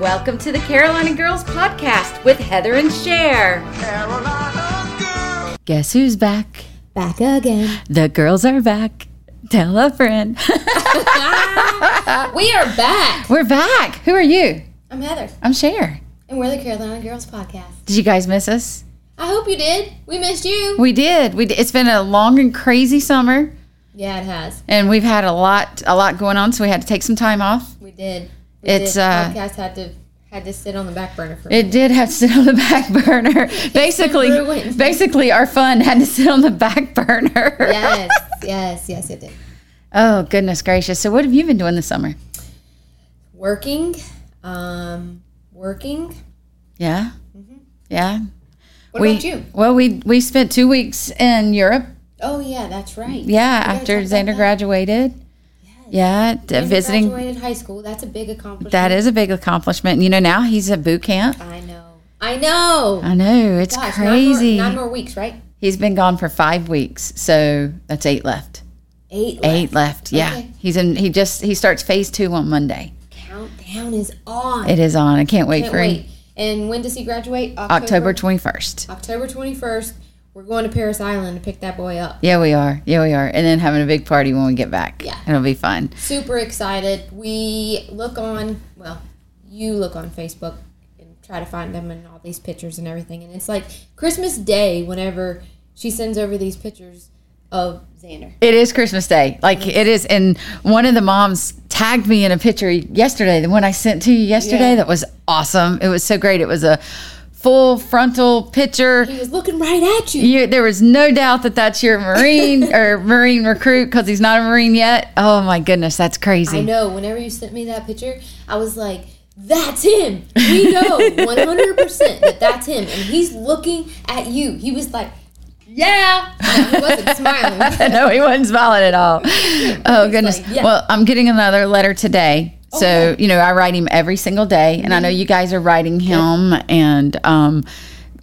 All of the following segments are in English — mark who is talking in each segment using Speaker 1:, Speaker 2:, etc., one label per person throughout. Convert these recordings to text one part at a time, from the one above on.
Speaker 1: Welcome to the Carolina Girls Podcast with Heather and Cher. Guess who's back?
Speaker 2: Back again.
Speaker 1: The girls are back. Tell a friend.
Speaker 2: Ah, We are back.
Speaker 1: We're back. Who are you?
Speaker 2: I'm Heather,
Speaker 1: I'm Cher.
Speaker 2: and we're the Carolina Girls Podcast.
Speaker 1: Did you guys miss us?
Speaker 2: I hope you did. We missed you.
Speaker 1: We did. We did. It's been a long and crazy summer,
Speaker 2: Yeah, it has.
Speaker 1: and we've had a lot, a lot going on. So we had to take some time off.
Speaker 2: We did. We
Speaker 1: It's,
Speaker 2: did.
Speaker 1: uh,
Speaker 2: podcast had to had to sit on the back burner for a
Speaker 1: It did have to sit on the back burner. Basically,
Speaker 2: ruined.
Speaker 1: basically, our fun had to sit on the back burner.
Speaker 2: minute. Yes, yes, yes, it did.
Speaker 1: Oh goodness gracious! So what have you been doing this summer?
Speaker 2: Working, um, working.
Speaker 1: Yeah, Mm-hmm. yeah.
Speaker 2: What
Speaker 1: we,
Speaker 2: about you?
Speaker 1: Well, we we spent two weeks in Europe.
Speaker 2: Oh yeah, that's right.
Speaker 1: Yeah,
Speaker 2: gotta
Speaker 1: after
Speaker 2: talk about
Speaker 1: Xander
Speaker 2: that.
Speaker 1: graduated. Yeah, d-
Speaker 2: You
Speaker 1: visiting.
Speaker 2: graduated high school. That's a big accomplishment.
Speaker 1: That is a big accomplishment. You know, now he's at boot camp.
Speaker 2: I know. I know.
Speaker 1: I know it's
Speaker 2: Gosh, nine more-
Speaker 1: crazy.
Speaker 2: Nine more, weeks, right?
Speaker 1: He's been gone for five weeks, so that's eight left.
Speaker 2: Eight.
Speaker 1: Eight left. Yeah,
Speaker 2: Okay.
Speaker 1: he's in. He just he starts phase two on Monday.
Speaker 2: Countdown is on.
Speaker 1: It is on. I can't wait
Speaker 2: Can't
Speaker 1: for
Speaker 2: wait. And when does he graduate?
Speaker 1: October twenty first.
Speaker 2: October 21st, we're going to Paris Island to pick that boy up.
Speaker 1: Yeah, we are. Yeah, we are. And then having a big party when we get back.
Speaker 2: Yeah.
Speaker 1: it'll be fun.
Speaker 2: Super excited. We look on, well, you look on Facebook and try to find them and all these pictures and everything. And it's like Christmas Day whenever she sends over these pictures of Xander.
Speaker 1: It is Christmas Day. Like it is. And one of the moms tagged me in a picture yesterday, the one I sent to you yesterday.
Speaker 2: Yeah.
Speaker 1: That was awesome. It was so great. It was a full frontal picture.
Speaker 2: He was looking right at you.
Speaker 1: You, there was no doubt that that's your Marine or Marine recruit because he's not a Marine yet. Oh my goodness, that's crazy.
Speaker 2: I know. Whenever you sent me that picture, I was like, that's him. We know 100% that that's him. And he's looking at you. He was like, yeah. No, he wasn't smiling.
Speaker 1: no, he wasn't smiling at all. Oh goodness.
Speaker 2: like, yeah. Oh,
Speaker 1: Well, I'm getting another letter today. So, you know, I write him every single day and I
Speaker 2: Mm-hmm.
Speaker 1: know you guys are writing him and um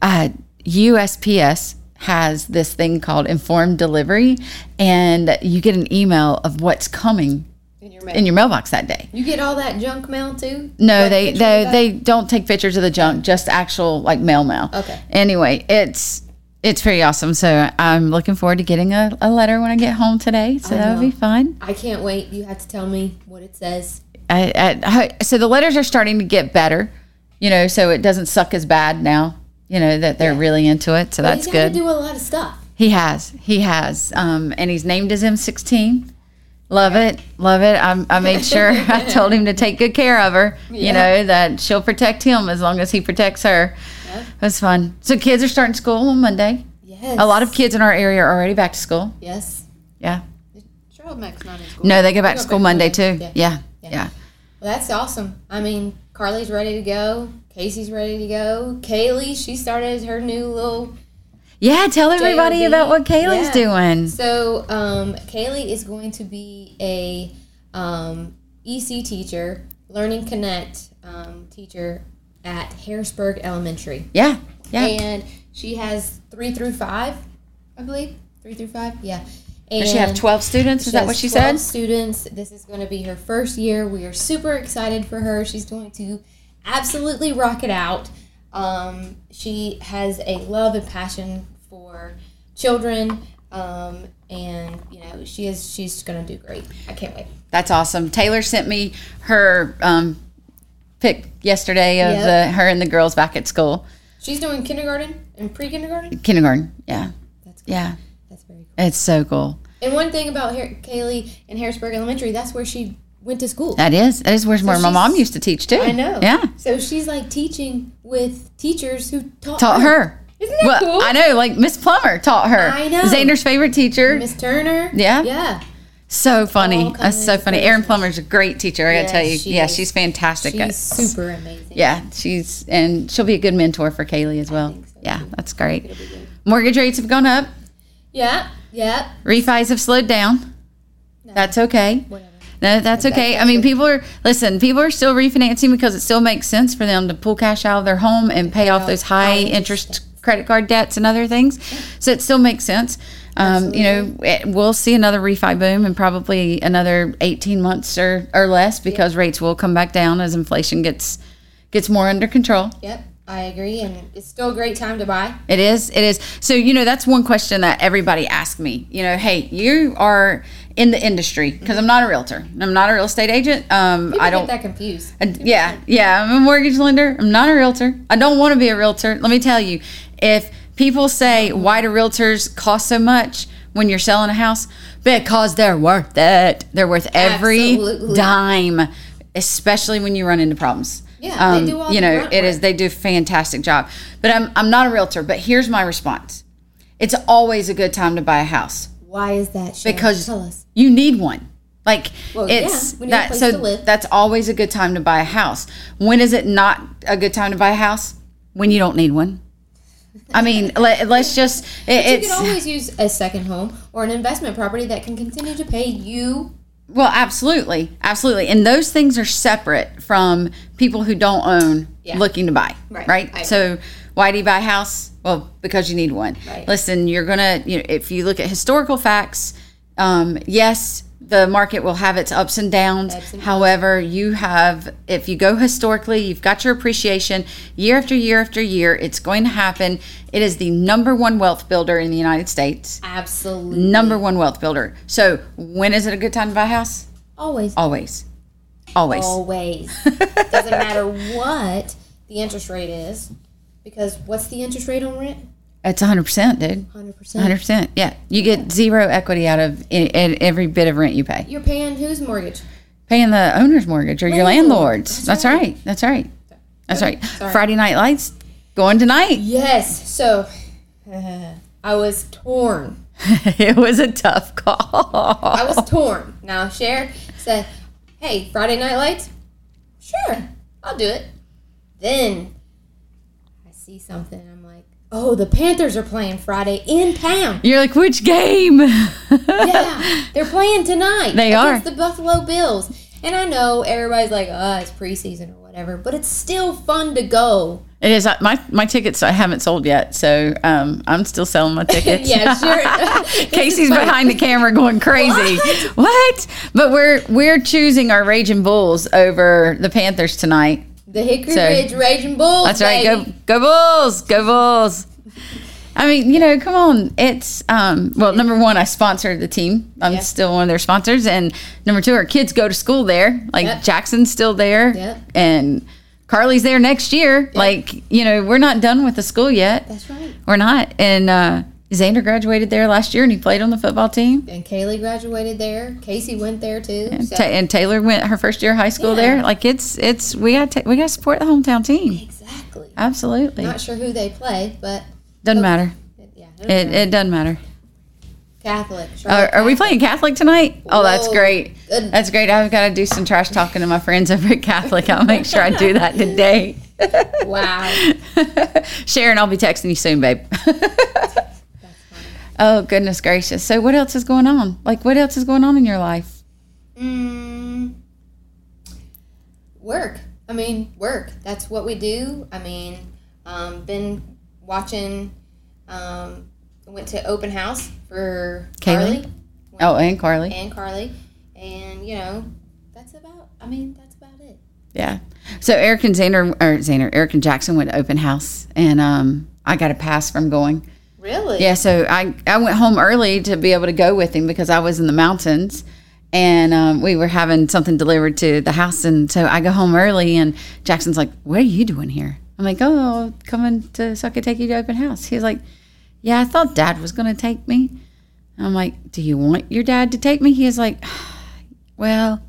Speaker 1: uh USPS has this thing called informed delivery and you get an email of what's coming
Speaker 2: in your mouth.
Speaker 1: in your mailbox that day.
Speaker 2: You get all that junk mail too?
Speaker 1: No,
Speaker 2: Like
Speaker 1: they
Speaker 2: pictures
Speaker 1: they,
Speaker 2: of that?
Speaker 1: they don't take pictures of the junk, just actual like mail mail.
Speaker 2: Okay.
Speaker 1: Anyway, it's it's pretty awesome. So I'm looking forward to getting a, a letter when I get home today. So that'll be
Speaker 2: know.
Speaker 1: fun.
Speaker 2: I can't wait. You have to tell me what it says.
Speaker 1: I, I, I- so the letters are starting to get better, you know, so it doesn't suck as bad now. You know that they're really into it, so that's
Speaker 2: He's gonna
Speaker 1: good.
Speaker 2: Do a lot of stuff.
Speaker 1: he has, he has, um, and he's named his M16. Love it, love it. I, I made sure I told him to take good care of her. You
Speaker 2: Yeah.
Speaker 1: know that she'll protect him as long as he protects her. That's fun. So kids are starting school on Monday.
Speaker 2: Yes.
Speaker 1: A lot of kids in our area are already back to school.
Speaker 2: Yes.
Speaker 1: Yeah.
Speaker 2: Charlotte Mack's not in school.
Speaker 1: No, they go back to
Speaker 2: go
Speaker 1: school
Speaker 2: back
Speaker 1: Monday
Speaker 2: Monday.
Speaker 1: too.
Speaker 2: Yeah.
Speaker 1: Yeah.
Speaker 2: Yeah.
Speaker 1: Yeah.
Speaker 2: Well, that's awesome. I mean, Carly's ready to go. Casey's ready to go. Kaylee, she started her new little.
Speaker 1: Yeah. Tell everybody
Speaker 2: JLB.
Speaker 1: about what Kaylee's
Speaker 2: Yeah.
Speaker 1: doing.
Speaker 2: So, um, Kaylee is going to be a um, EC teacher, Learning Connect um, teacher at Harrisburg Elementary.
Speaker 1: Yeah. Yeah.
Speaker 2: And she has three through five, I believe. Three through five, yeah. And
Speaker 1: Does she have 12 students? Is that
Speaker 2: has
Speaker 1: what she
Speaker 2: 12
Speaker 1: said?
Speaker 2: Students, this is going to be her first year. We are super excited for her. She's going to absolutely rock it out. Um, she has a love and passion for children, um, and you know she is she's going to do great. I can't wait.
Speaker 1: That's awesome. Taylor sent me her um, pic yesterday of
Speaker 2: Yep.
Speaker 1: the her and the girls back at school,
Speaker 2: She's doing kindergarten and pre-kindergarten.
Speaker 1: kindergarten. Yeah.
Speaker 2: That's cool.
Speaker 1: Yeah.
Speaker 2: That's very cool.
Speaker 1: It's so cool.
Speaker 2: And one thing about Har- Kaylee and Harrisburg Elementary, that's where she went to school.
Speaker 1: That is. That is where where my
Speaker 2: she's-
Speaker 1: mom used to teach too.
Speaker 2: I know.
Speaker 1: Yeah.
Speaker 2: So she's like teaching with teachers who taught,
Speaker 1: Taught her.
Speaker 2: Isn't that
Speaker 1: well,
Speaker 2: cool?
Speaker 1: I know, like Miss Plummer taught her.
Speaker 2: I know.
Speaker 1: Xander's favorite teacher.
Speaker 2: Miss Turner.
Speaker 1: Yeah.
Speaker 2: Yeah.
Speaker 1: So funny.
Speaker 2: all
Speaker 1: That's
Speaker 2: kinds
Speaker 1: so
Speaker 2: of
Speaker 1: funny. Erin Plummer's a great teacher, I gotta
Speaker 2: Yes,
Speaker 1: tell you.
Speaker 2: she
Speaker 1: yeah,
Speaker 2: is.
Speaker 1: she's fantastic.
Speaker 2: She's super amazing.
Speaker 1: yeah, she's and she'll be a good mentor for Kaylee as well.
Speaker 2: think so,
Speaker 1: yeah, that's great.
Speaker 2: It'll be good.
Speaker 1: Mortgage rates have gone up.
Speaker 2: Yeah. Yeah.
Speaker 1: Refis have slowed down.
Speaker 2: No.
Speaker 1: That's okay.
Speaker 2: Whatever.
Speaker 1: No, that's okay. I mean, people are listen. People are still refinancing because it still makes sense for them to pull cash out of their home and pay off
Speaker 2: off
Speaker 1: those high
Speaker 2: high
Speaker 1: interest credit card debts and other things. So it still makes sense. Um, you know, it- we'll see another refi boom in probably another eighteen months or or less because rates will come back down as inflation gets gets more under control.
Speaker 2: Yep, I agree, and it's still a great time to buy.
Speaker 1: It is. It is. So, you know, that's one question that everybody asks me. You know, hey, you are in the industry because I'm not a realtor. I'm not a real estate agent. Um,
Speaker 2: People
Speaker 1: I don't.
Speaker 2: get that confused.
Speaker 1: And yeah, yeah, I'm a mortgage lender. I'm not a realtor. I don't want to be a realtor. Let me tell you, if people say why do realtors cost so much when you're selling a house, because they're worth it. They're worth every
Speaker 2: Absolutely.
Speaker 1: dime, especially when you run into problems.
Speaker 2: Yeah,
Speaker 1: um,
Speaker 2: they do all
Speaker 1: you
Speaker 2: the
Speaker 1: know,
Speaker 2: grunt
Speaker 1: it
Speaker 2: work.
Speaker 1: is. They do a fantastic job. But I'm I'm not a realtor. But here's my response: It's always a good time to buy a house
Speaker 2: Why is that? Sharon?
Speaker 1: because
Speaker 2: tell us.
Speaker 1: you need one. Like
Speaker 2: Well,
Speaker 1: it's
Speaker 2: yeah, we need a
Speaker 1: that
Speaker 2: place
Speaker 1: so
Speaker 2: to live.
Speaker 1: that's always a good time to buy a house. When is it not a good time to buy a house? When you don't need one. I mean, let, let's just it,
Speaker 2: You can
Speaker 1: it's
Speaker 2: always use a second home or an investment property that can continue to pay you.
Speaker 1: well, absolutely, absolutely, and those things are separate from people who don't own
Speaker 2: Yeah.
Speaker 1: looking to buy.
Speaker 2: Right, I
Speaker 1: Right.
Speaker 2: agree.
Speaker 1: So why do you buy a house? Well, because you need one.
Speaker 2: Right.
Speaker 1: Listen, you're gonna you know if you look at historical facts, um, yes, the market will have its ups and downs.
Speaker 2: Ups and downs.
Speaker 1: However, you have, if you go historically, you've got your appreciation year after year after year. It's going to happen. It is the number one wealth builder in the United States.
Speaker 2: Absolutely.
Speaker 1: Number one wealth builder. So, when is it a good time to buy a house?
Speaker 2: Always.
Speaker 1: Always. Always.
Speaker 2: Oh, Always. Doesn't matter what the interest rate is, because what's the interest rate on rent?
Speaker 1: It's 100%, dude.
Speaker 2: 100%.
Speaker 1: 100%. Yeah. You get zero equity out of i- i- every bit of rent you pay.
Speaker 2: You're paying whose mortgage?
Speaker 1: Paying the owner's mortgage or your
Speaker 2: Landlord.
Speaker 1: landlord's.
Speaker 2: That's
Speaker 1: That's
Speaker 2: right.
Speaker 1: right. That's right. That's right.
Speaker 2: Sorry.
Speaker 1: Friday Night Lights going tonight.
Speaker 2: Yes. So uh, I was torn.
Speaker 1: it was a tough call.
Speaker 2: I was torn. Now Cher said, "Hey, Friday Night Lights, sure, I'll do it." Then I see something. I'm like, "Oh, the Panthers are playing Friday in town.
Speaker 1: You're like, which game?
Speaker 2: Yeah, they're playing tonight.
Speaker 1: They
Speaker 2: against
Speaker 1: are.
Speaker 2: the Buffalo Bills." And I know everybody's like, "Oh, it's preseason or whatever," but it's still fun to go.
Speaker 1: It is uh, my my tickets. I haven't sold yet, so um, I'm still selling my tickets.
Speaker 2: yeah, sure.
Speaker 1: Casey's behind the camera going crazy. What? But we're we're choosing our Raging Bulls over the Panthers tonight.
Speaker 2: the Hickory
Speaker 1: So-
Speaker 2: Ridge Raging Bulls.
Speaker 1: That's right.
Speaker 2: baby.
Speaker 1: Go go Bulls. Go Bulls. I mean, you know, come on. It's um, well, number one, I sponsor the team. I'm
Speaker 2: Yeah.
Speaker 1: still one of their sponsors, and number two, our kids go to school there. Like
Speaker 2: Yep.
Speaker 1: Jackson's still there,
Speaker 2: Yep.
Speaker 1: and Carly's there next year. Like you know, we're not done with the school yet.
Speaker 2: That's right.
Speaker 1: We're not. And uh, Xander graduated there last year, and he played on the football team.
Speaker 2: And Kaylee graduated there. Casey went there too.
Speaker 1: And,
Speaker 2: so-
Speaker 1: Ta- and Taylor went her first year of high school
Speaker 2: Yeah.
Speaker 1: there. Like it's it's we got to we got to support the hometown team.
Speaker 2: Exactly.
Speaker 1: Absolutely,
Speaker 2: Not sure who they play, but
Speaker 1: doesn't matter.
Speaker 2: yeah.
Speaker 1: It, it doesn't matter.
Speaker 2: Catholic.
Speaker 1: Are, are we playing Catholic tonight? Oh, that's
Speaker 2: Whoa.
Speaker 1: great.
Speaker 2: Good.
Speaker 1: That's great. I've got to do some trash talking to my friends over at Catholic. I'll make sure I do that today.
Speaker 2: Wow.
Speaker 1: Sharon, I'll be texting you soon, babe. oh, goodness gracious. So, what else is going on? Like, what else is going on in your life?
Speaker 2: mm, work. I mean, work. That's what we do. I mean, um, been watching. Um, went to open house for
Speaker 1: Kaylee?
Speaker 2: Carly
Speaker 1: Oh, and Carly.
Speaker 2: and Carly, and you know, that's about. I mean, that's about it.
Speaker 1: Yeah. So, Eric and Xander, or Xander, Eric and Jackson went to open house, and um, I got a pass from going.
Speaker 2: Really?
Speaker 1: Yeah, so I, I went home early to be able to go with him because I was in the mountains and um, we were having something delivered to the house. And so I go home early and Jackson's like, What are you doing here? I'm like, Oh, coming to so I could take you to open house. He's like, Yeah, I thought dad was going to take me. I'm like, Do you want your dad to take me? He is like, Well,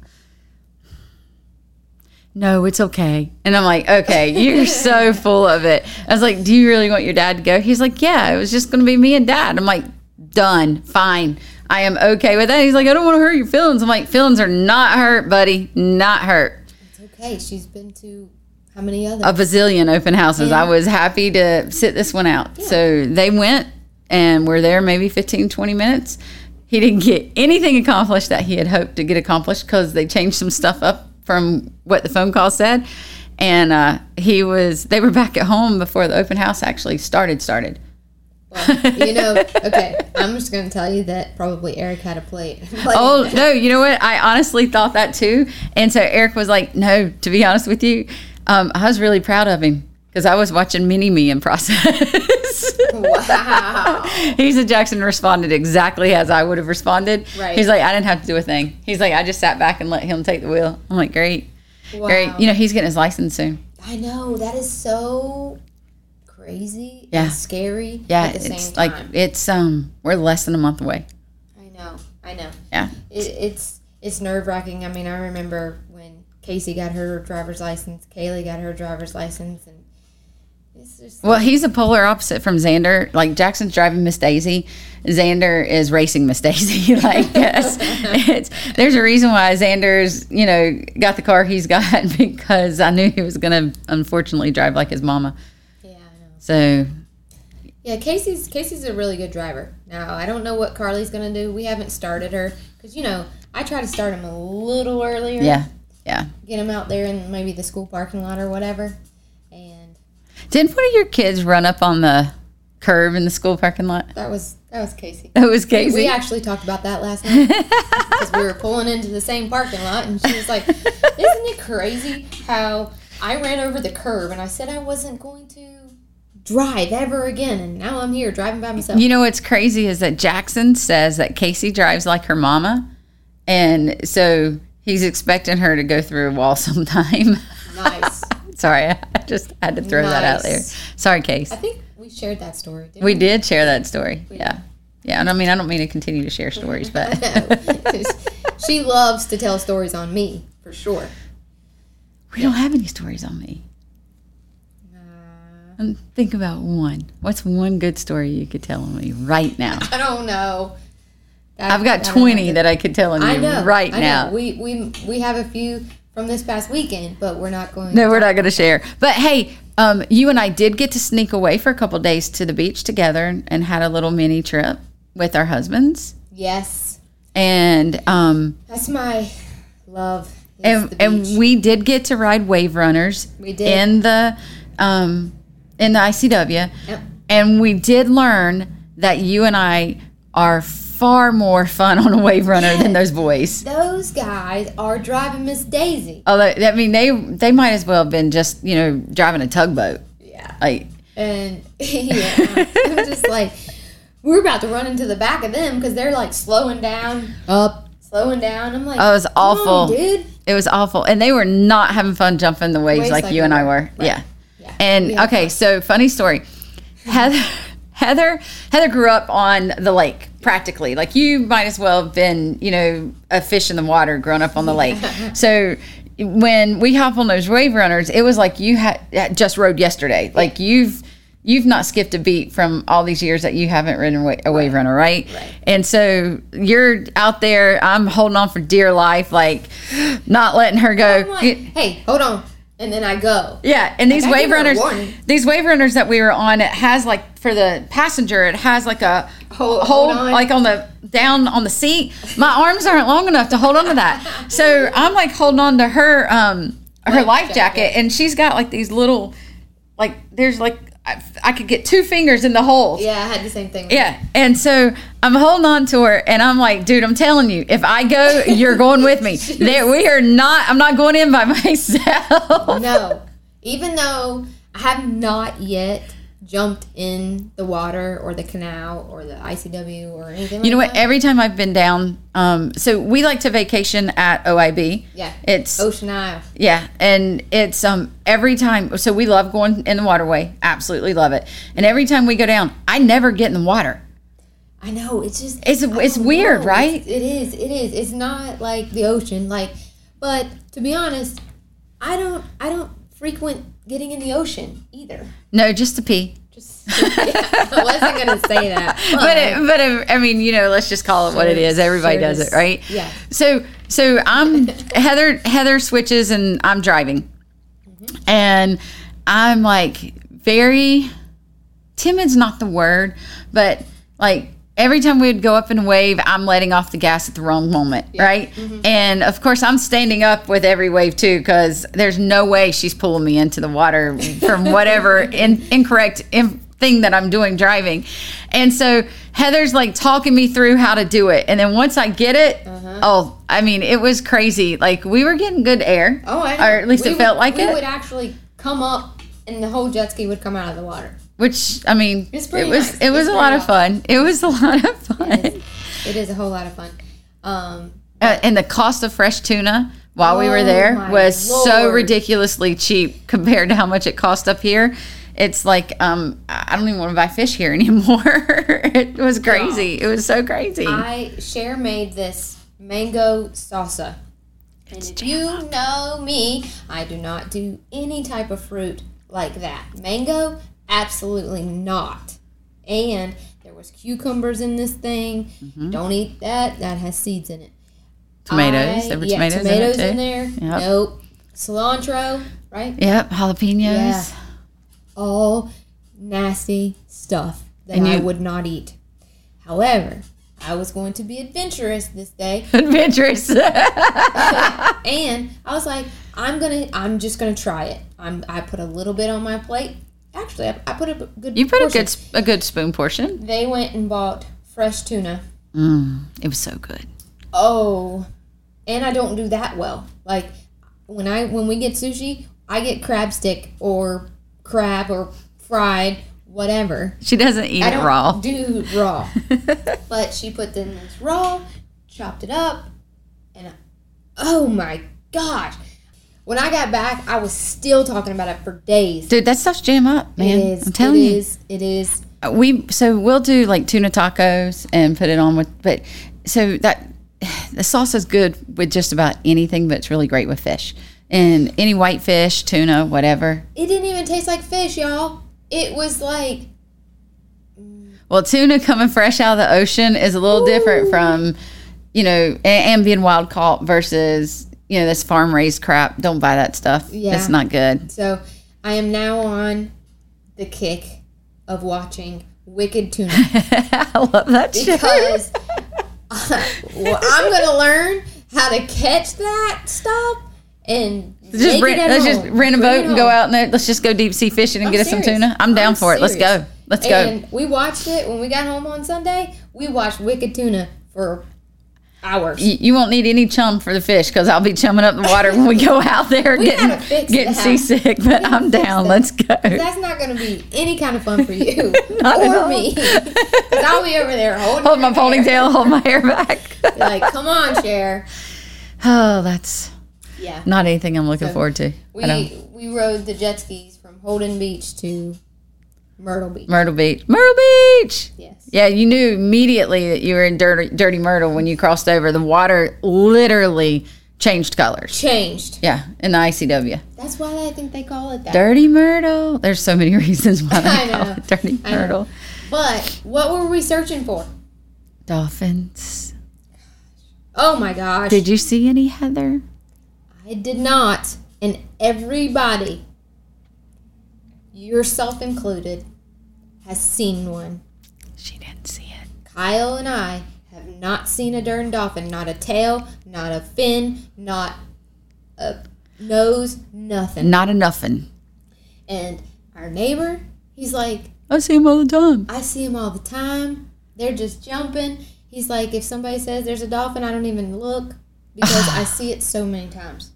Speaker 1: no, it's okay. And I'm like, okay, you're so full of it. I was like, do you really want your dad to go? He's like, yeah, it was just going to be me and dad. I'm like, done, fine. I am okay with that. He's like, I don't want to hurt your feelings. I'm like, feelings are not hurt, buddy, not hurt.
Speaker 2: It's okay. She's been to how many other?
Speaker 1: A bazillion open houses. I was happy to sit this one out. So they went and were there maybe 15, 20 minutes. He didn't get anything accomplished that he had hoped to get accomplished because they changed some stuff up from what the phone call said. And uh, he was, they were back at home before the open house actually started, started.
Speaker 2: Well, you know, okay, I'm just going to tell you that probably Eric had a plate. Like,
Speaker 1: Oh no, you know what? I honestly thought that too. And so Eric was like, "No, to be honest with you, Um, I was really proud of him because I was watching Mini Me in process.
Speaker 2: Wow.
Speaker 1: he said Jackson responded exactly as I would have responded.
Speaker 2: Right.
Speaker 1: He's like, I didn't have to do a thing. He's like, I just sat back and let him take the wheel. I'm like, great,
Speaker 2: wow.
Speaker 1: great. You know, he's getting his license soon.
Speaker 2: I know that is so crazy.
Speaker 1: Yeah.
Speaker 2: and scary.
Speaker 1: Yeah,
Speaker 2: at the
Speaker 1: it's
Speaker 2: same
Speaker 1: like
Speaker 2: time.
Speaker 1: it's um we're less than a month away.
Speaker 2: I know. I know.
Speaker 1: Yeah.
Speaker 2: It, it's it's nerve wracking. I mean, I remember when Casey got her driver's license, Kaylee got her driver's license, and it's just
Speaker 1: Well, he's a polar opposite from Xander. Like Jackson's driving Miss Daisy, Xander is racing Miss Daisy. like yes, it's, there's a reason why Xander's you know got the car he's got because I knew he was gonna unfortunately drive like his mama.
Speaker 2: yeah. I know.
Speaker 1: So
Speaker 2: Yeah, Casey's Casey's a really good driver. Now I don't know what Carly's gonna do. We haven't started her because you know I try to start him a little earlier.
Speaker 1: yeah, yeah.
Speaker 2: Get him out there in maybe the school parking lot or whatever, and
Speaker 1: Didn't one of your kids run up on the curb in the school parking lot?
Speaker 2: that was that was Casey.
Speaker 1: That was
Speaker 2: We-
Speaker 1: Casey.
Speaker 2: We actually talked about that last night because we were pulling into the same parking lot, and she was like, "Isn't it crazy how I ran over the curb and I said I wasn't going to drive ever again, and now I'm here driving by myself."
Speaker 1: You know what's crazy is that Jackson says that Casey drives like her mama, and so he's expecting her to go through a wall sometime.
Speaker 2: Nice.
Speaker 1: Sorry, I just had to throw that out there.
Speaker 2: Nice.
Speaker 1: Sorry, Case.
Speaker 2: I think we shared that story. Didn't
Speaker 1: We did share that story. Yeah. Yeah, and I mean, I don't mean to continue to share stories, but
Speaker 2: No. she loves to tell stories on me for sure.
Speaker 1: we don't have any stories on me. Um, Think about one. What's one good story you could tell on me right now?
Speaker 2: I don't know. That-
Speaker 1: I've got
Speaker 2: that-
Speaker 1: 20 that I could tell on
Speaker 2: I
Speaker 1: you
Speaker 2: know
Speaker 1: right
Speaker 2: I know.
Speaker 1: now.
Speaker 2: We we we have a few from this past weekend, but we're not going.
Speaker 1: No, we're not going to share. But hey, um, you and I did get to sneak away for a couple days to the beach together and had a little mini trip with our husbands.
Speaker 2: Yes.
Speaker 1: And um,
Speaker 2: That's my love. is
Speaker 1: and
Speaker 2: the
Speaker 1: and
Speaker 2: beach.
Speaker 1: we did get to ride wave runners.
Speaker 2: We did.
Speaker 1: in the um, in the ICW,
Speaker 2: Yep.
Speaker 1: and we did learn that you and I are far more fun on a wave runner than those boys.
Speaker 2: those guys are driving Miss Daisy.
Speaker 1: Although I mean, they they might as well have been just you know driving a tugboat.
Speaker 2: Yeah.
Speaker 1: Like
Speaker 2: And yeah, I'm just like, we're about to run into the back of them because they're like slowing down,
Speaker 1: up,
Speaker 2: slowing down. I'm like,
Speaker 1: Oh, it's
Speaker 2: "Come on,
Speaker 1: awful.
Speaker 2: dude.
Speaker 1: it was awful, and they were not having fun jumping the waves
Speaker 2: Waves
Speaker 1: like,
Speaker 2: like
Speaker 1: you
Speaker 2: we
Speaker 1: and I
Speaker 2: were.
Speaker 1: were.
Speaker 2: Right.
Speaker 1: Yeah.
Speaker 2: Yeah.
Speaker 1: And
Speaker 2: We had
Speaker 1: okay, so funny story. Heather Heather Heather grew up on the lake practically. Like you might as well have been, you know, a fish in the water growing up on the lake. So when we hop on those wave runners, it was like you had had just rode yesterday. Like you've you've not skipped a beat from all these years that you haven't ridden wa- a wave runner, right?
Speaker 2: Right.
Speaker 1: And so you're out there, I'm holding on for dear life, like not letting her go.
Speaker 2: I'm like, hey, hold on. And then I go.
Speaker 1: Yeah, and these
Speaker 2: Like, I
Speaker 1: wave
Speaker 2: give her a
Speaker 1: runners,
Speaker 2: warning.
Speaker 1: these wave runners that we were on, it has like for the passenger, it has like a
Speaker 2: Hold-
Speaker 1: hold,
Speaker 2: hold on.
Speaker 1: like on the down on the seat. My arms aren't long enough to hold on to that, so I'm like holding on to her um her
Speaker 2: Life
Speaker 1: life jacket,
Speaker 2: jacket.
Speaker 1: and she's got like these little like there's like I, I could get two fingers in the holes.
Speaker 2: Yeah, I had the same thing.
Speaker 1: Yeah. And so I'm holding on to her and I'm like, dude, I'm telling you, if I go, you're going with me. There, we are not, I'm not going in by myself.
Speaker 2: No. Even though I have not yet jumped in the water or the canal or the ICW or anything
Speaker 1: You know
Speaker 2: like
Speaker 1: what?
Speaker 2: that.
Speaker 1: Every time I've been down, um, so we like to vacation at OIB.
Speaker 2: Yeah.
Speaker 1: It's
Speaker 2: Ocean Isle.
Speaker 1: yeah, and it's um every time. So we love going in the waterway. Absolutely love it. And every time we go down, I never get in the water.
Speaker 2: I know. It's just
Speaker 1: It's
Speaker 2: I
Speaker 1: it's
Speaker 2: don't
Speaker 1: weird,
Speaker 2: know.
Speaker 1: right?
Speaker 2: It's, it is. It is. It's not like the ocean. Like, but to be honest, I don't. I don't frequent getting in the ocean either.
Speaker 1: No, just to pee.
Speaker 2: Just I wasn't gonna say that,
Speaker 1: But it, but it, I mean, you know, let's just call it what it is. Everybody
Speaker 2: Sure
Speaker 1: does
Speaker 2: is.
Speaker 1: it, right?
Speaker 2: Yeah.
Speaker 1: So so I'm Heather Heather switches and I'm driving.
Speaker 2: Mm-hmm.
Speaker 1: And I'm like very timid's not the word, but like every time we'd go up and wave, I'm letting off the gas at the wrong moment, right?
Speaker 2: Mm-hmm.
Speaker 1: And of course, I'm standing up with every wave too, because there's no way she's pulling me into the water from whatever in, incorrect in, thing that I'm doing driving. And so Heather's like talking me through how to do it. And then once I get it,
Speaker 2: Uh-huh.
Speaker 1: oh, I mean, it was crazy. Like we were getting good air.
Speaker 2: Oh, I know.
Speaker 1: Or at least
Speaker 2: We
Speaker 1: it
Speaker 2: would-
Speaker 1: felt like
Speaker 2: we
Speaker 1: it.
Speaker 2: would actually come up, and the whole jet ski would come out of the water.
Speaker 1: which I mean,
Speaker 2: It's
Speaker 1: it
Speaker 2: pretty
Speaker 1: was
Speaker 2: nice.
Speaker 1: it was
Speaker 2: It's
Speaker 1: a lot
Speaker 2: pretty
Speaker 1: of fun. It was a lot of fun.
Speaker 2: It is a whole lot of fun. Um,
Speaker 1: Uh, and the cost of fresh tuna while we were
Speaker 2: Oh,
Speaker 1: there
Speaker 2: my
Speaker 1: was so
Speaker 2: Lord.
Speaker 1: ridiculously cheap compared to how much it cost up here. It's like um, I I don't even want to buy fish here anymore. it was crazy. It was so crazy.
Speaker 2: I Cher made this mango salsa. And if you know me, I do not do any type of fruit like that. Mango, absolutely not. And there was cucumbers in this thing.
Speaker 1: Mm-hmm.
Speaker 2: Don't eat that. That has seeds in it.
Speaker 1: tomatoes.
Speaker 2: I-
Speaker 1: there were
Speaker 2: yeah,
Speaker 1: tomatoes,
Speaker 2: tomatoes
Speaker 1: in it too.
Speaker 2: in there.
Speaker 1: Yep.
Speaker 2: Nope. Cilantro, right?
Speaker 1: Yep, jalapenos.
Speaker 2: Yeah. all nasty stuff that
Speaker 1: And
Speaker 2: I
Speaker 1: you-
Speaker 2: would not eat. However, I was going to be adventurous this day,
Speaker 1: Adventurous.
Speaker 2: and I was like, I'm gonna, I'm just gonna try it. I'm, I put a little bit on my plate. Actually, I, I put a good.
Speaker 1: you put a
Speaker 2: portion.
Speaker 1: good sp- a good spoon portion.
Speaker 2: They went and bought fresh tuna.
Speaker 1: Mm, it was so good.
Speaker 2: Oh, and I don't do that well. Like when I when we get sushi, I get crab stick or crab or fried whatever.
Speaker 1: She doesn't eat
Speaker 2: I
Speaker 1: it
Speaker 2: don't
Speaker 1: raw.
Speaker 2: do raw. but she put them in this raw, chopped it up, and I- oh my gosh. When I got back, I was still talking about it for days.
Speaker 1: Dude, that stuff's jam up, man.
Speaker 2: it is,
Speaker 1: I'm telling
Speaker 2: it
Speaker 1: you.
Speaker 2: is, it is.
Speaker 1: Uh, we so we'll do like tuna tacos and put it on with but so that the sauce is good with just about anything but it's really great with fish and any white fish tuna whatever
Speaker 2: It didn't even taste like fish, y'all. It was like
Speaker 1: well tuna coming fresh out of the ocean is a little different from you know a- and being wild caught versus you know this farm raised crap don't buy that stuff
Speaker 2: Yeah.
Speaker 1: it's not good
Speaker 2: so. I am now on the kick of watching Wicked Tuna.
Speaker 1: i love that show.
Speaker 2: because uh, well, I'm gonna learn how to catch that stuff and
Speaker 1: just
Speaker 2: make
Speaker 1: rent,
Speaker 2: it at
Speaker 1: let's
Speaker 2: home.
Speaker 1: just rent a
Speaker 2: Bring
Speaker 1: boat
Speaker 2: it
Speaker 1: and go
Speaker 2: home.
Speaker 1: out and let's just go deep sea fishing and
Speaker 2: I'm
Speaker 1: get us some
Speaker 2: serious.
Speaker 1: tuna i'm down
Speaker 2: I'm
Speaker 1: for it let's
Speaker 2: serious.
Speaker 1: go let's go
Speaker 2: And we watched it when we got home on Sunday. We watched Wicked Tuna for hours.
Speaker 1: you, you won't need any chum for the fish because I'll be chumming up the water when we go out there getting,
Speaker 2: gotta fix
Speaker 1: getting
Speaker 2: that.
Speaker 1: seasick. But I'm
Speaker 2: fix
Speaker 1: down.
Speaker 2: that.
Speaker 1: Let's go.
Speaker 2: That's not going to be any kind of fun for you
Speaker 1: Not at all.
Speaker 2: or me. 'Cause I'll be over there holding
Speaker 1: Hold my
Speaker 2: your hair.
Speaker 1: ponytail, hold my hair back.
Speaker 2: Like, come on, Cher.
Speaker 1: oh, that's
Speaker 2: Yeah.
Speaker 1: not anything I'm looking forward to. I don't.
Speaker 2: We we rode the jet skis from Holden Beach to Myrtle Beach.
Speaker 1: Myrtle Beach. Myrtle Beach.
Speaker 2: Yes.
Speaker 1: Yeah, you knew immediately that you were in dirty, dirty Myrtle when you crossed over. The water literally changed colors.
Speaker 2: Changed.
Speaker 1: Yeah, in the ICW.
Speaker 2: That's why I think they call it that.
Speaker 1: Dirty Myrtle. There's so many reasons why
Speaker 2: I
Speaker 1: they call
Speaker 2: know.
Speaker 1: it Dirty
Speaker 2: I know.
Speaker 1: Myrtle.
Speaker 2: But what were we searching for?
Speaker 1: Dolphins.
Speaker 2: Oh my gosh.
Speaker 1: Did you see any, Heather?
Speaker 2: I did not. And everybody, yourself included, has seen one.
Speaker 1: She didn't see it.
Speaker 2: Kyle and I have not seen a darn dolphin. Not a tail, not a fin, not a nose, nothing.
Speaker 1: Not enoughin'.
Speaker 2: And our neighbor, he's like,
Speaker 1: I see him all the time.
Speaker 2: I see them all the time. They're just jumping. He's like, if somebody says there's a dolphin, I don't even look because I see it so many times.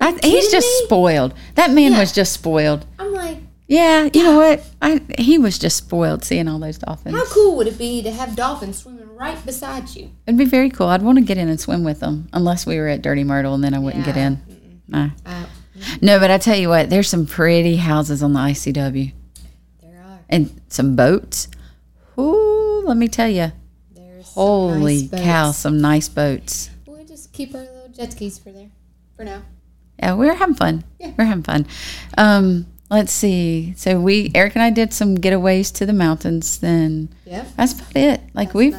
Speaker 1: I, he's
Speaker 2: kidding
Speaker 1: just
Speaker 2: me?
Speaker 1: spoiled. That man
Speaker 2: Yeah.
Speaker 1: was just spoiled.
Speaker 2: I'm like,
Speaker 1: Yeah, you know what? I he was just spoiled seeing all those dolphins.
Speaker 2: how cool would it be to have dolphins swimming right beside you?
Speaker 1: It'd be very cool. I'd want to get in and swim with them, unless we were at Dirty Myrtle, and then I wouldn't get
Speaker 2: Yeah.
Speaker 1: in. No,
Speaker 2: Uh,
Speaker 1: no, but I tell you what, there's some pretty houses on the ICW
Speaker 2: there are.
Speaker 1: and some boats. Ooh, let me tell you,
Speaker 2: There's some
Speaker 1: holy
Speaker 2: nice boats.
Speaker 1: cow, some nice boats.
Speaker 2: We'll just keep our little jet skis for there, for now.
Speaker 1: Yeah, we were having fun.
Speaker 2: Yeah.
Speaker 1: We are having fun. Um, let's see. So we Eric and I did some getaways to the mountains. Then
Speaker 2: Yep.
Speaker 1: that's about it. Like we've.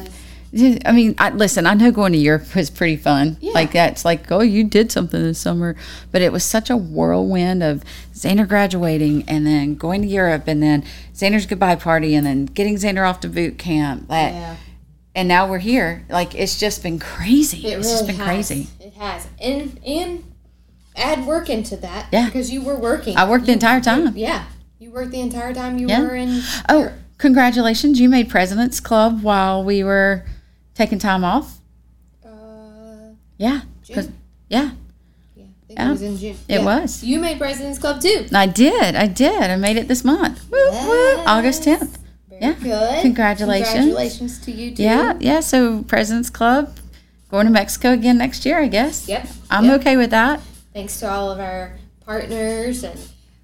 Speaker 1: yeah, I mean, I, listen. I know going to Europe was pretty fun.
Speaker 2: Yeah.
Speaker 1: Like that's like, oh, you did something this summer, but it was such a whirlwind of Xander graduating and then going to Europe and then Xander's goodbye party and then getting Xander off to boot camp. That,
Speaker 2: Yeah.
Speaker 1: and now we're here. Like it's just been crazy.
Speaker 2: It
Speaker 1: it's
Speaker 2: really
Speaker 1: just been
Speaker 2: has.
Speaker 1: crazy.
Speaker 2: It has. And and add work into that.
Speaker 1: Yeah.
Speaker 2: Because you were working.
Speaker 1: I worked the entire time.
Speaker 2: Yeah. You worked the entire time you
Speaker 1: Yeah.
Speaker 2: were in.
Speaker 1: Oh, congratulations. You made President's Club while we were taking time off.
Speaker 2: Uh,
Speaker 1: Yeah. 'cause-
Speaker 2: June.
Speaker 1: Yeah.
Speaker 2: yeah, I think
Speaker 1: Yeah.
Speaker 2: it was in June.
Speaker 1: It
Speaker 2: Yeah.
Speaker 1: was.
Speaker 2: You made President's Club too.
Speaker 1: I did. I did. I made it this month. Woo, woo. August 10th.
Speaker 2: Very
Speaker 1: Yeah.
Speaker 2: Good.
Speaker 1: Congratulations.
Speaker 2: Congratulations to you too.
Speaker 1: Yeah. Yeah. So, President's Club, going to Mexico again next year, I guess.
Speaker 2: Yep.
Speaker 1: I'm
Speaker 2: yep.
Speaker 1: okay with that.
Speaker 2: Thanks to all of our partners and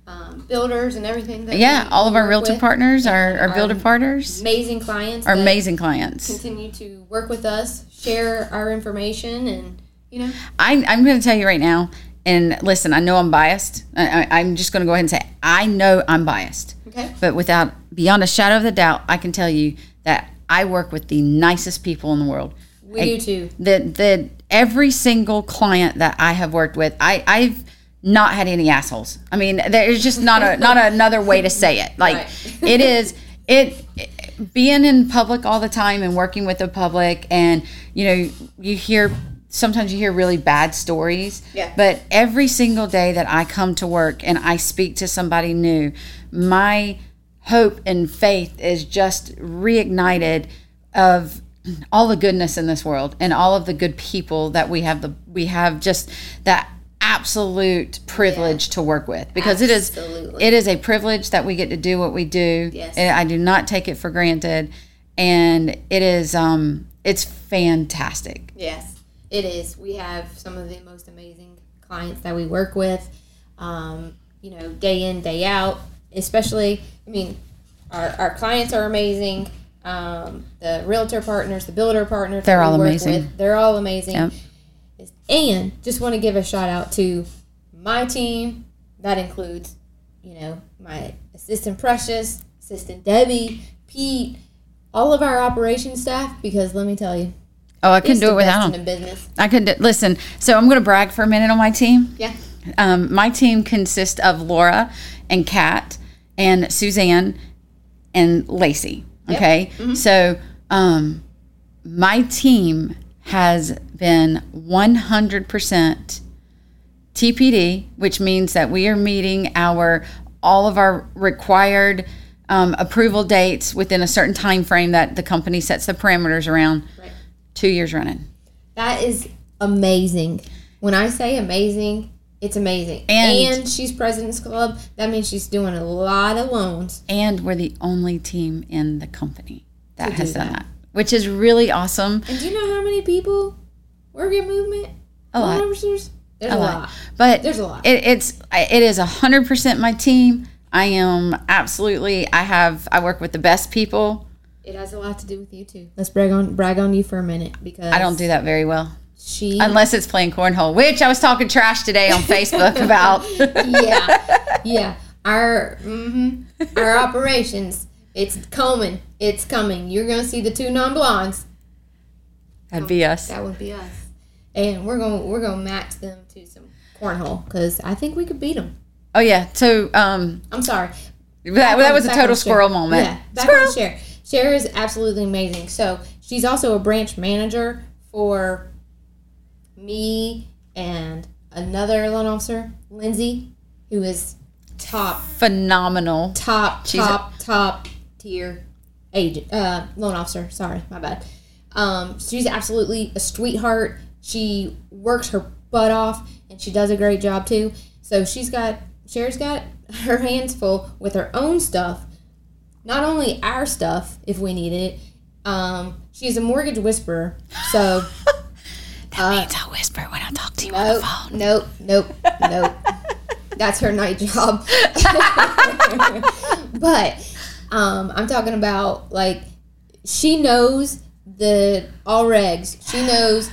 Speaker 2: um, builders and everything. That
Speaker 1: Yeah.
Speaker 2: we
Speaker 1: All of our
Speaker 2: work
Speaker 1: realtor
Speaker 2: with.
Speaker 1: partners, our, our
Speaker 2: Our
Speaker 1: builder partners,
Speaker 2: Amazing clients.
Speaker 1: our
Speaker 2: that
Speaker 1: amazing clients.
Speaker 2: Continue to work with us, share our information, and you know,
Speaker 1: I, I'm going to tell you right now, and listen, I know I'm biased. I, I, I'm just going to go ahead and say, I know I'm biased.
Speaker 2: okay.
Speaker 1: But without, beyond a shadow of the doubt, I can tell you that I work with the nicest people in the world.
Speaker 2: We
Speaker 1: I-
Speaker 2: do too.
Speaker 1: That that every single client that I have worked with, I, I've not had any assholes. I mean, there's just not a not another way to say it. Like
Speaker 2: Right.
Speaker 1: it is it being in public all the time and working with the public and you know, you hear sometimes you hear really bad stories.
Speaker 2: Yeah.
Speaker 1: But every single day that I come to work and I speak to somebody new, my hope and faith is just reignited of all the goodness in this world and all of the good people that we have the we have just that absolute privilege to work with because
Speaker 2: Absolutely.
Speaker 1: it is it is a privilege that we get to do what we do
Speaker 2: Yes.
Speaker 1: and I do not take it for granted and it is um it's fantastic
Speaker 2: Yes, it is. We have some of the most amazing clients that we work with, um, you know, day in, day out. Especially, I mean, our, our clients are amazing. Um, the realtor partners, the builder partners,
Speaker 1: They're
Speaker 2: that we
Speaker 1: all
Speaker 2: work
Speaker 1: amazing.
Speaker 2: With, they're all amazing.
Speaker 1: Yep.
Speaker 2: And just want to give a shout out to my team. That includes, you know, my assistant Precious, assistant Debbie, Pete, all of our operations staff. Because let me tell you,
Speaker 1: oh I couldn't
Speaker 2: it's
Speaker 1: do
Speaker 2: the
Speaker 1: it without
Speaker 2: best
Speaker 1: them
Speaker 2: in the business.
Speaker 1: I could do- listen. So I'm going to brag for a minute on my team.
Speaker 2: Yeah.
Speaker 1: Um, my team consists of Laura and Kat and Suzanne and Lacey.
Speaker 2: Yep. Mm-hmm.
Speaker 1: Okay. So um, my team has been 100% TPD, which means that we are meeting our all of our required um, approval dates within a certain time frame that the company sets the parameters around.
Speaker 2: Right.
Speaker 1: Two years running.
Speaker 2: That is amazing. When I say amazing, it's amazing.
Speaker 1: And-
Speaker 2: And, she's President's Club. That means she's doing a lot of loans.
Speaker 1: and we're the only team in the company that
Speaker 2: do
Speaker 1: has done
Speaker 2: that.
Speaker 1: that, which is really awesome.
Speaker 2: And do you know how many people work in movement?
Speaker 1: A lot.
Speaker 2: Loan officers? There's a, lot.
Speaker 1: but
Speaker 2: There's a lot.
Speaker 1: It, it's it is hundred percent my team. I am absolutely. I have. I work with the best people.
Speaker 2: It has a lot to do with you too. Let's brag on brag on you for a minute because
Speaker 1: I don't do that very well,
Speaker 2: she
Speaker 1: unless it's playing cornhole, which I was talking trash today on Facebook about.
Speaker 2: yeah, yeah. Our mhm. our operations. It's coming. It's coming. You're gonna see the two non blondes.
Speaker 1: That'd be us.
Speaker 2: That would be us. And we're gonna we're gonna match them to some cornhole because I think we could beat them.
Speaker 1: Oh yeah. So um,
Speaker 2: I'm sorry.
Speaker 1: that, that was a
Speaker 2: Back
Speaker 1: total
Speaker 2: on Cher.
Speaker 1: squirrel moment.
Speaker 2: Yeah, back
Speaker 1: squirrel.
Speaker 2: on Cher. Cher is absolutely amazing. So she's also a branch manager for me and another loan officer, Lindsay, who is top
Speaker 1: Phenomenal.
Speaker 2: top,
Speaker 1: She's a-
Speaker 2: top, top tier agent, uh, loan officer. Sorry, my bad. Um, she's absolutely a sweetheart. She works her butt off, and she does a great job too. So she's got, Cher's got her hands full with her own stuff, not only our stuff if we needed it. Um, she's a mortgage whisperer, so
Speaker 1: Means I whisper when I talk to you.
Speaker 2: nope, nope, nope, nope. That's her night job. but um, I'm talking about like she knows the all regs. She knows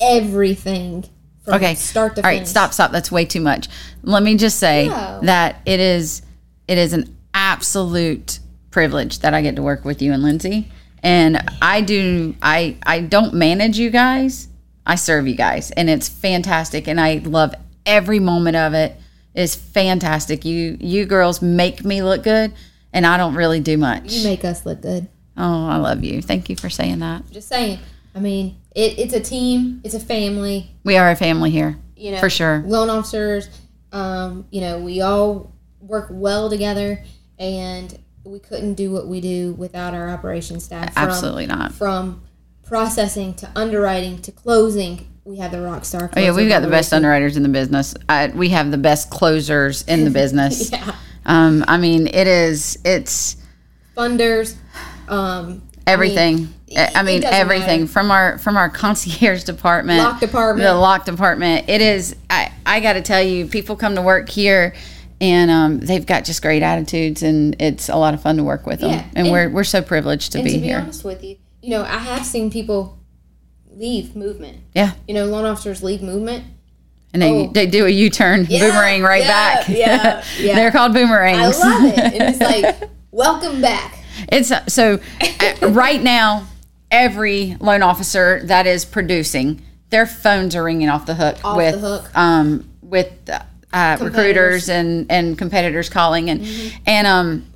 Speaker 2: everything from
Speaker 1: Okay.
Speaker 2: start to
Speaker 1: All
Speaker 2: finish.
Speaker 1: right, stop, stop. That's way too much. Let me just say
Speaker 2: No.
Speaker 1: that it is it is an absolute privilege that I get to work with you and Lindsay. And I do I I don't manage you guys. I serve you guys and it's fantastic and I love every moment of it. It is fantastic. You you girls make me look good and I don't really do much.
Speaker 2: You make us look good.
Speaker 1: Oh, I love you. Thank you for saying that.
Speaker 2: Just saying. I mean, it, it's a team. It's a family.
Speaker 1: We are a family here.
Speaker 2: You know,
Speaker 1: For sure.
Speaker 2: loan officers. Um, you know, we all work well together, and we couldn't do what we do without our operations staff. From,
Speaker 1: Absolutely not.
Speaker 2: From processing to underwriting to closing, we had the rock star.
Speaker 1: Oh, yeah,
Speaker 2: closer
Speaker 1: we've got the best
Speaker 2: operation.
Speaker 1: underwriters in the business. I, we have the best closers in the business.
Speaker 2: Yeah.
Speaker 1: Um, I mean, it is. It's
Speaker 2: funders. Um,
Speaker 1: everything.
Speaker 2: it-
Speaker 1: I mean,
Speaker 2: it doesn't
Speaker 1: everything
Speaker 2: matter.
Speaker 1: from our from our concierge department,
Speaker 2: Lock department.
Speaker 1: the lock department. It is. I I got to tell you, people come to work here. And um, they've got just great attitudes, and it's a lot of fun to work with them.
Speaker 2: Yeah,
Speaker 1: and,
Speaker 2: and-
Speaker 1: we're we're so privileged to
Speaker 2: and
Speaker 1: be,
Speaker 2: to be
Speaker 1: here.
Speaker 2: honest with you, you know, I have seen people leave movement.
Speaker 1: Yeah,
Speaker 2: You know, loan officers leave movement.
Speaker 1: and they,
Speaker 2: Oh.
Speaker 1: they do a U turn,
Speaker 2: Yeah,
Speaker 1: boomerang right
Speaker 2: yeah,
Speaker 1: back.
Speaker 2: yeah, yeah.
Speaker 1: They're called
Speaker 2: I
Speaker 1: boomerangs.
Speaker 2: love it. And it's like, welcome back.
Speaker 1: It's uh, so uh, right now, every loan officer that is producing, their phones are ringing off the hook
Speaker 2: Off
Speaker 1: with
Speaker 2: the hook.
Speaker 1: um with uh, recruiters and and competitors calling and
Speaker 2: Mm-hmm.
Speaker 1: and um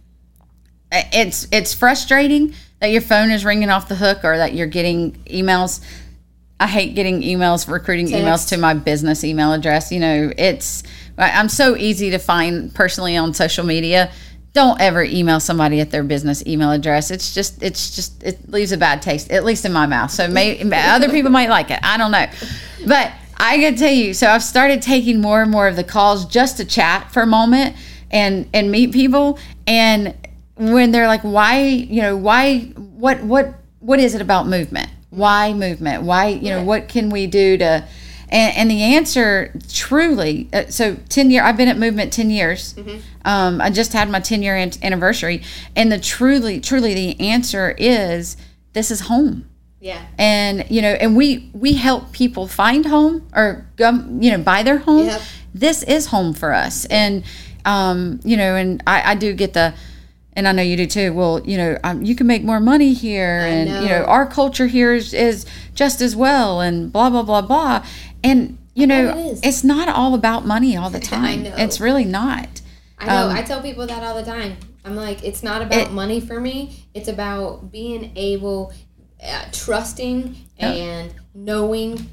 Speaker 1: it's it's frustrating that your phone is ringing off the hook or that you're getting emails. I hate getting emails, recruiting emails to my business email address. You know, it's I- I'm so easy to find personally on social media. Don't ever email somebody at their business email address. It's just it's just it leaves a bad taste, at least in my mouth. So may other people might like it. I don't know, but I could tell you. So I've started taking more and more of the calls just to chat for a moment and and meet people and when they're like why you know why what what what is it about movement why movement why you know what can we do to and, and the answer truly uh, so 10 year i've been at movement 10 years um, i just had my 10 year an- anniversary and the truly truly the answer is this is home
Speaker 2: Yeah.
Speaker 1: and you know and we we help people find home or go you know buy their home
Speaker 2: Yep.
Speaker 1: this is home for us and um you know and i i do get the and i know you do too well you know um, you can make more money here and you know
Speaker 2: know.
Speaker 1: our culture here is is just as well and blah blah blah blah and you know
Speaker 2: bet it is.
Speaker 1: it's not all about money all the time
Speaker 2: know.
Speaker 1: it's really not
Speaker 2: I know.
Speaker 1: Um,
Speaker 2: I tell people that all the time. I'm like, it's not about money for me. It's about being able, uh, trusting, and knowing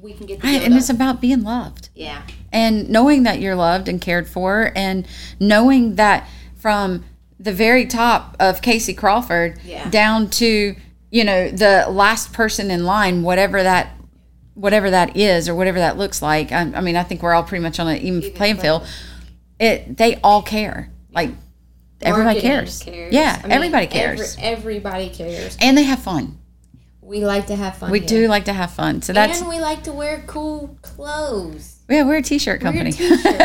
Speaker 2: we can get the
Speaker 1: Right,
Speaker 2: deal
Speaker 1: and
Speaker 2: done.
Speaker 1: it's about being loved
Speaker 2: yeah.
Speaker 1: and knowing that you're loved and cared for and knowing that from the very top of Casey Crawford
Speaker 2: Yeah.
Speaker 1: down to you know the last person in line whatever that whatever that is or whatever that looks like I, I mean I think we're all pretty much on an even, playing field it they all care like everybody
Speaker 2: Marketing
Speaker 1: cares. yeah
Speaker 2: I mean,
Speaker 1: everybody cares
Speaker 2: every- everybody cares.
Speaker 1: and they have fun
Speaker 2: We like to have fun.
Speaker 1: we
Speaker 2: here.
Speaker 1: do like to have fun so that's
Speaker 2: and we like to wear cool clothes.
Speaker 1: yeah we're a t-shirt company
Speaker 2: t-shirt.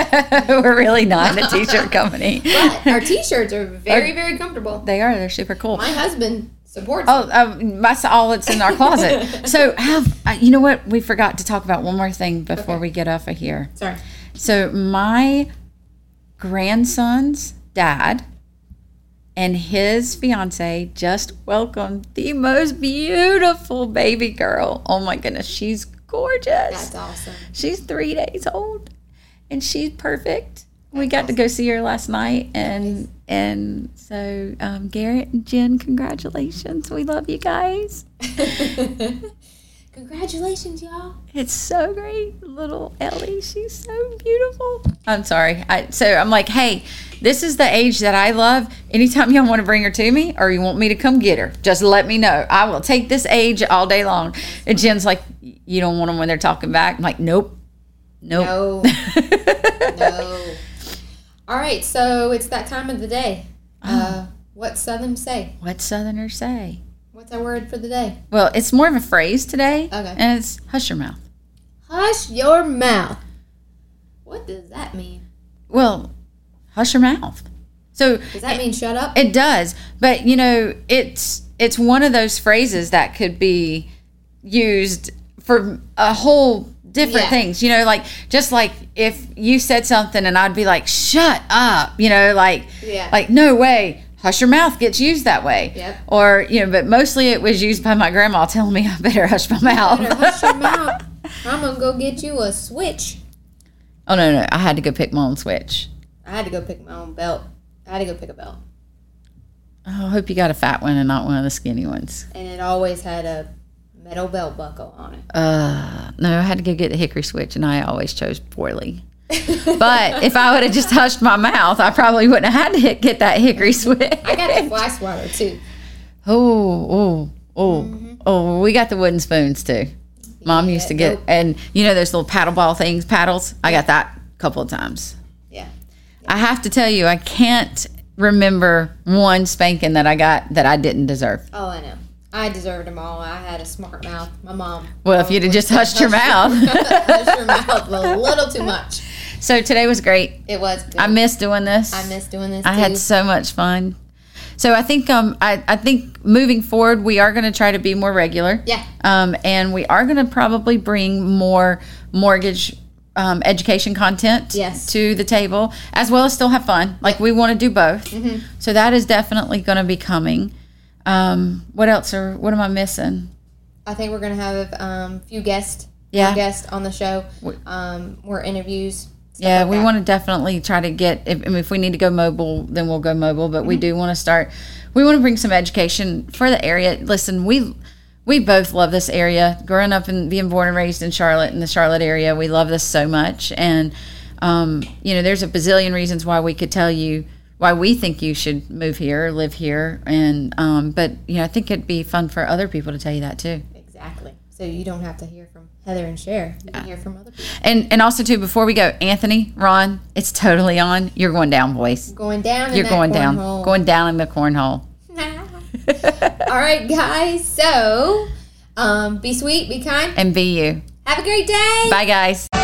Speaker 1: we're really not a t-shirt company
Speaker 2: But our t-shirts are very, very comfortable.
Speaker 1: They are. They're super cool.
Speaker 2: My husband supports.
Speaker 1: Oh, um, that's all that's in our closet. so, have uh, you know what? We forgot to talk about one more thing before we get off of here.
Speaker 2: it. Sorry.
Speaker 1: So, my grandson's dad and his fiance just welcomed the most beautiful baby girl. Oh my goodness, she's gorgeous.
Speaker 2: That's awesome.
Speaker 1: She's three days old, and she's perfect. We got to go see her last night, and and so um, Garrett and Jen, congratulations! We love you guys.
Speaker 2: Congratulations, y'all.
Speaker 1: It's so great, little Ellie. She's so beautiful. I'm sorry. I, so I'm like, hey, this is the age that I love. Anytime y'all want to bring her to me, or you want me to come get her, just let me know. I will take this age all day long. And Jen's like, you don't want them when they're talking back. I'm like, nope, nope.
Speaker 2: No, no. All right, so it's that time of the day.
Speaker 1: Uh-huh.
Speaker 2: Uh, what Southern say?
Speaker 1: What Southerners say?
Speaker 2: What's our word for the day?
Speaker 1: Well, it's more of a phrase today.
Speaker 2: Okay.
Speaker 1: And it's hush your mouth.
Speaker 2: Hush your mouth. What does that mean?
Speaker 1: Well, hush your mouth. So
Speaker 2: Does that mean shut up?
Speaker 1: it does, but you know, it's it's one of those phrases that could be used for a whole different
Speaker 2: Yeah.
Speaker 1: things. You know, like just like if you said something and I'd be like, "Shut up," you know, like
Speaker 2: Yeah.
Speaker 1: like no way. Hush your mouth gets used that way.
Speaker 2: Yep.
Speaker 1: Or, you know, but mostly it was used by my grandma telling me I better hush my mouth.
Speaker 2: Better hush your mouth. I'm gonna go get you a switch.
Speaker 1: oh, no, no. I had to go pick my own switch.
Speaker 2: I had to go pick my own belt. I had to go pick a belt,
Speaker 1: Oh, I hope you got a fat one and not one of the skinny ones.
Speaker 2: and it always had a metal belt buckle on it.
Speaker 1: Uh, no, I had to go get the hickory switch, and I always chose poorly. But if I would have just hushed my mouth, I probably wouldn't have had to hit, get that hickory switch.
Speaker 2: I got the fly swatter too.
Speaker 1: Oh, oh, oh, oh! We got the wooden spoons too. Mom used to
Speaker 2: Mm-hmm. Yeah,
Speaker 1: get, and you know those little paddle ball things, paddles. I got that a couple of times.
Speaker 2: Yeah.
Speaker 1: I have to tell you, I can't remember one spanking that I got that I didn't deserve.
Speaker 2: Oh, I know. I deserved them all. I had a smart mouth. My mom.
Speaker 1: Well, if you'd have just hushed your mouth.
Speaker 2: Pushed your mouth a little too much.
Speaker 1: so today was great.
Speaker 2: It was. Good.
Speaker 1: I miss doing this.
Speaker 2: I miss doing this.
Speaker 1: I had
Speaker 2: too.
Speaker 1: so much fun. So I think um I, I think moving forward we are going to try to be more regular.
Speaker 2: Yeah.
Speaker 1: Um and we are going to probably bring more mortgage um, education content
Speaker 2: Yes.
Speaker 1: to the table as well as still have fun. Like we want to do both.
Speaker 2: Mm-hmm.
Speaker 1: So that is definitely going to be coming. Um what else are what am I missing?
Speaker 2: I think we're gonna have a um, few guests.
Speaker 1: Yeah.
Speaker 2: Guests on the show.
Speaker 1: We-
Speaker 2: Um, more interviews. stuff
Speaker 1: Yeah,
Speaker 2: like
Speaker 1: we
Speaker 2: that.
Speaker 1: want to definitely try to get. If, I mean, if we need to go mobile, then we'll go mobile. But we do want to start. We want to bring some education for the area. Listen, we we both love this area. Growing up and being born and raised in Charlotte, in the Charlotte area, we love this so much. And um, you know, there's a bazillion reasons why we could tell you why we think you should move here, live here, and um, but you know, I think it'd be fun for other people to tell you that too.
Speaker 2: Exactly. So you don't have to hear from Heather and Cher. You can hear from other people.
Speaker 1: And and also too, before we go, Anthony, Ron, it's totally on. You're going down, boys.
Speaker 2: Going down. in
Speaker 1: You're
Speaker 2: that
Speaker 1: going down,
Speaker 2: cornhole.
Speaker 1: going down in the cornhole.
Speaker 2: All right, guys. So, um, be sweet, be kind,
Speaker 1: and be you.
Speaker 2: have a great day.
Speaker 1: Bye, guys.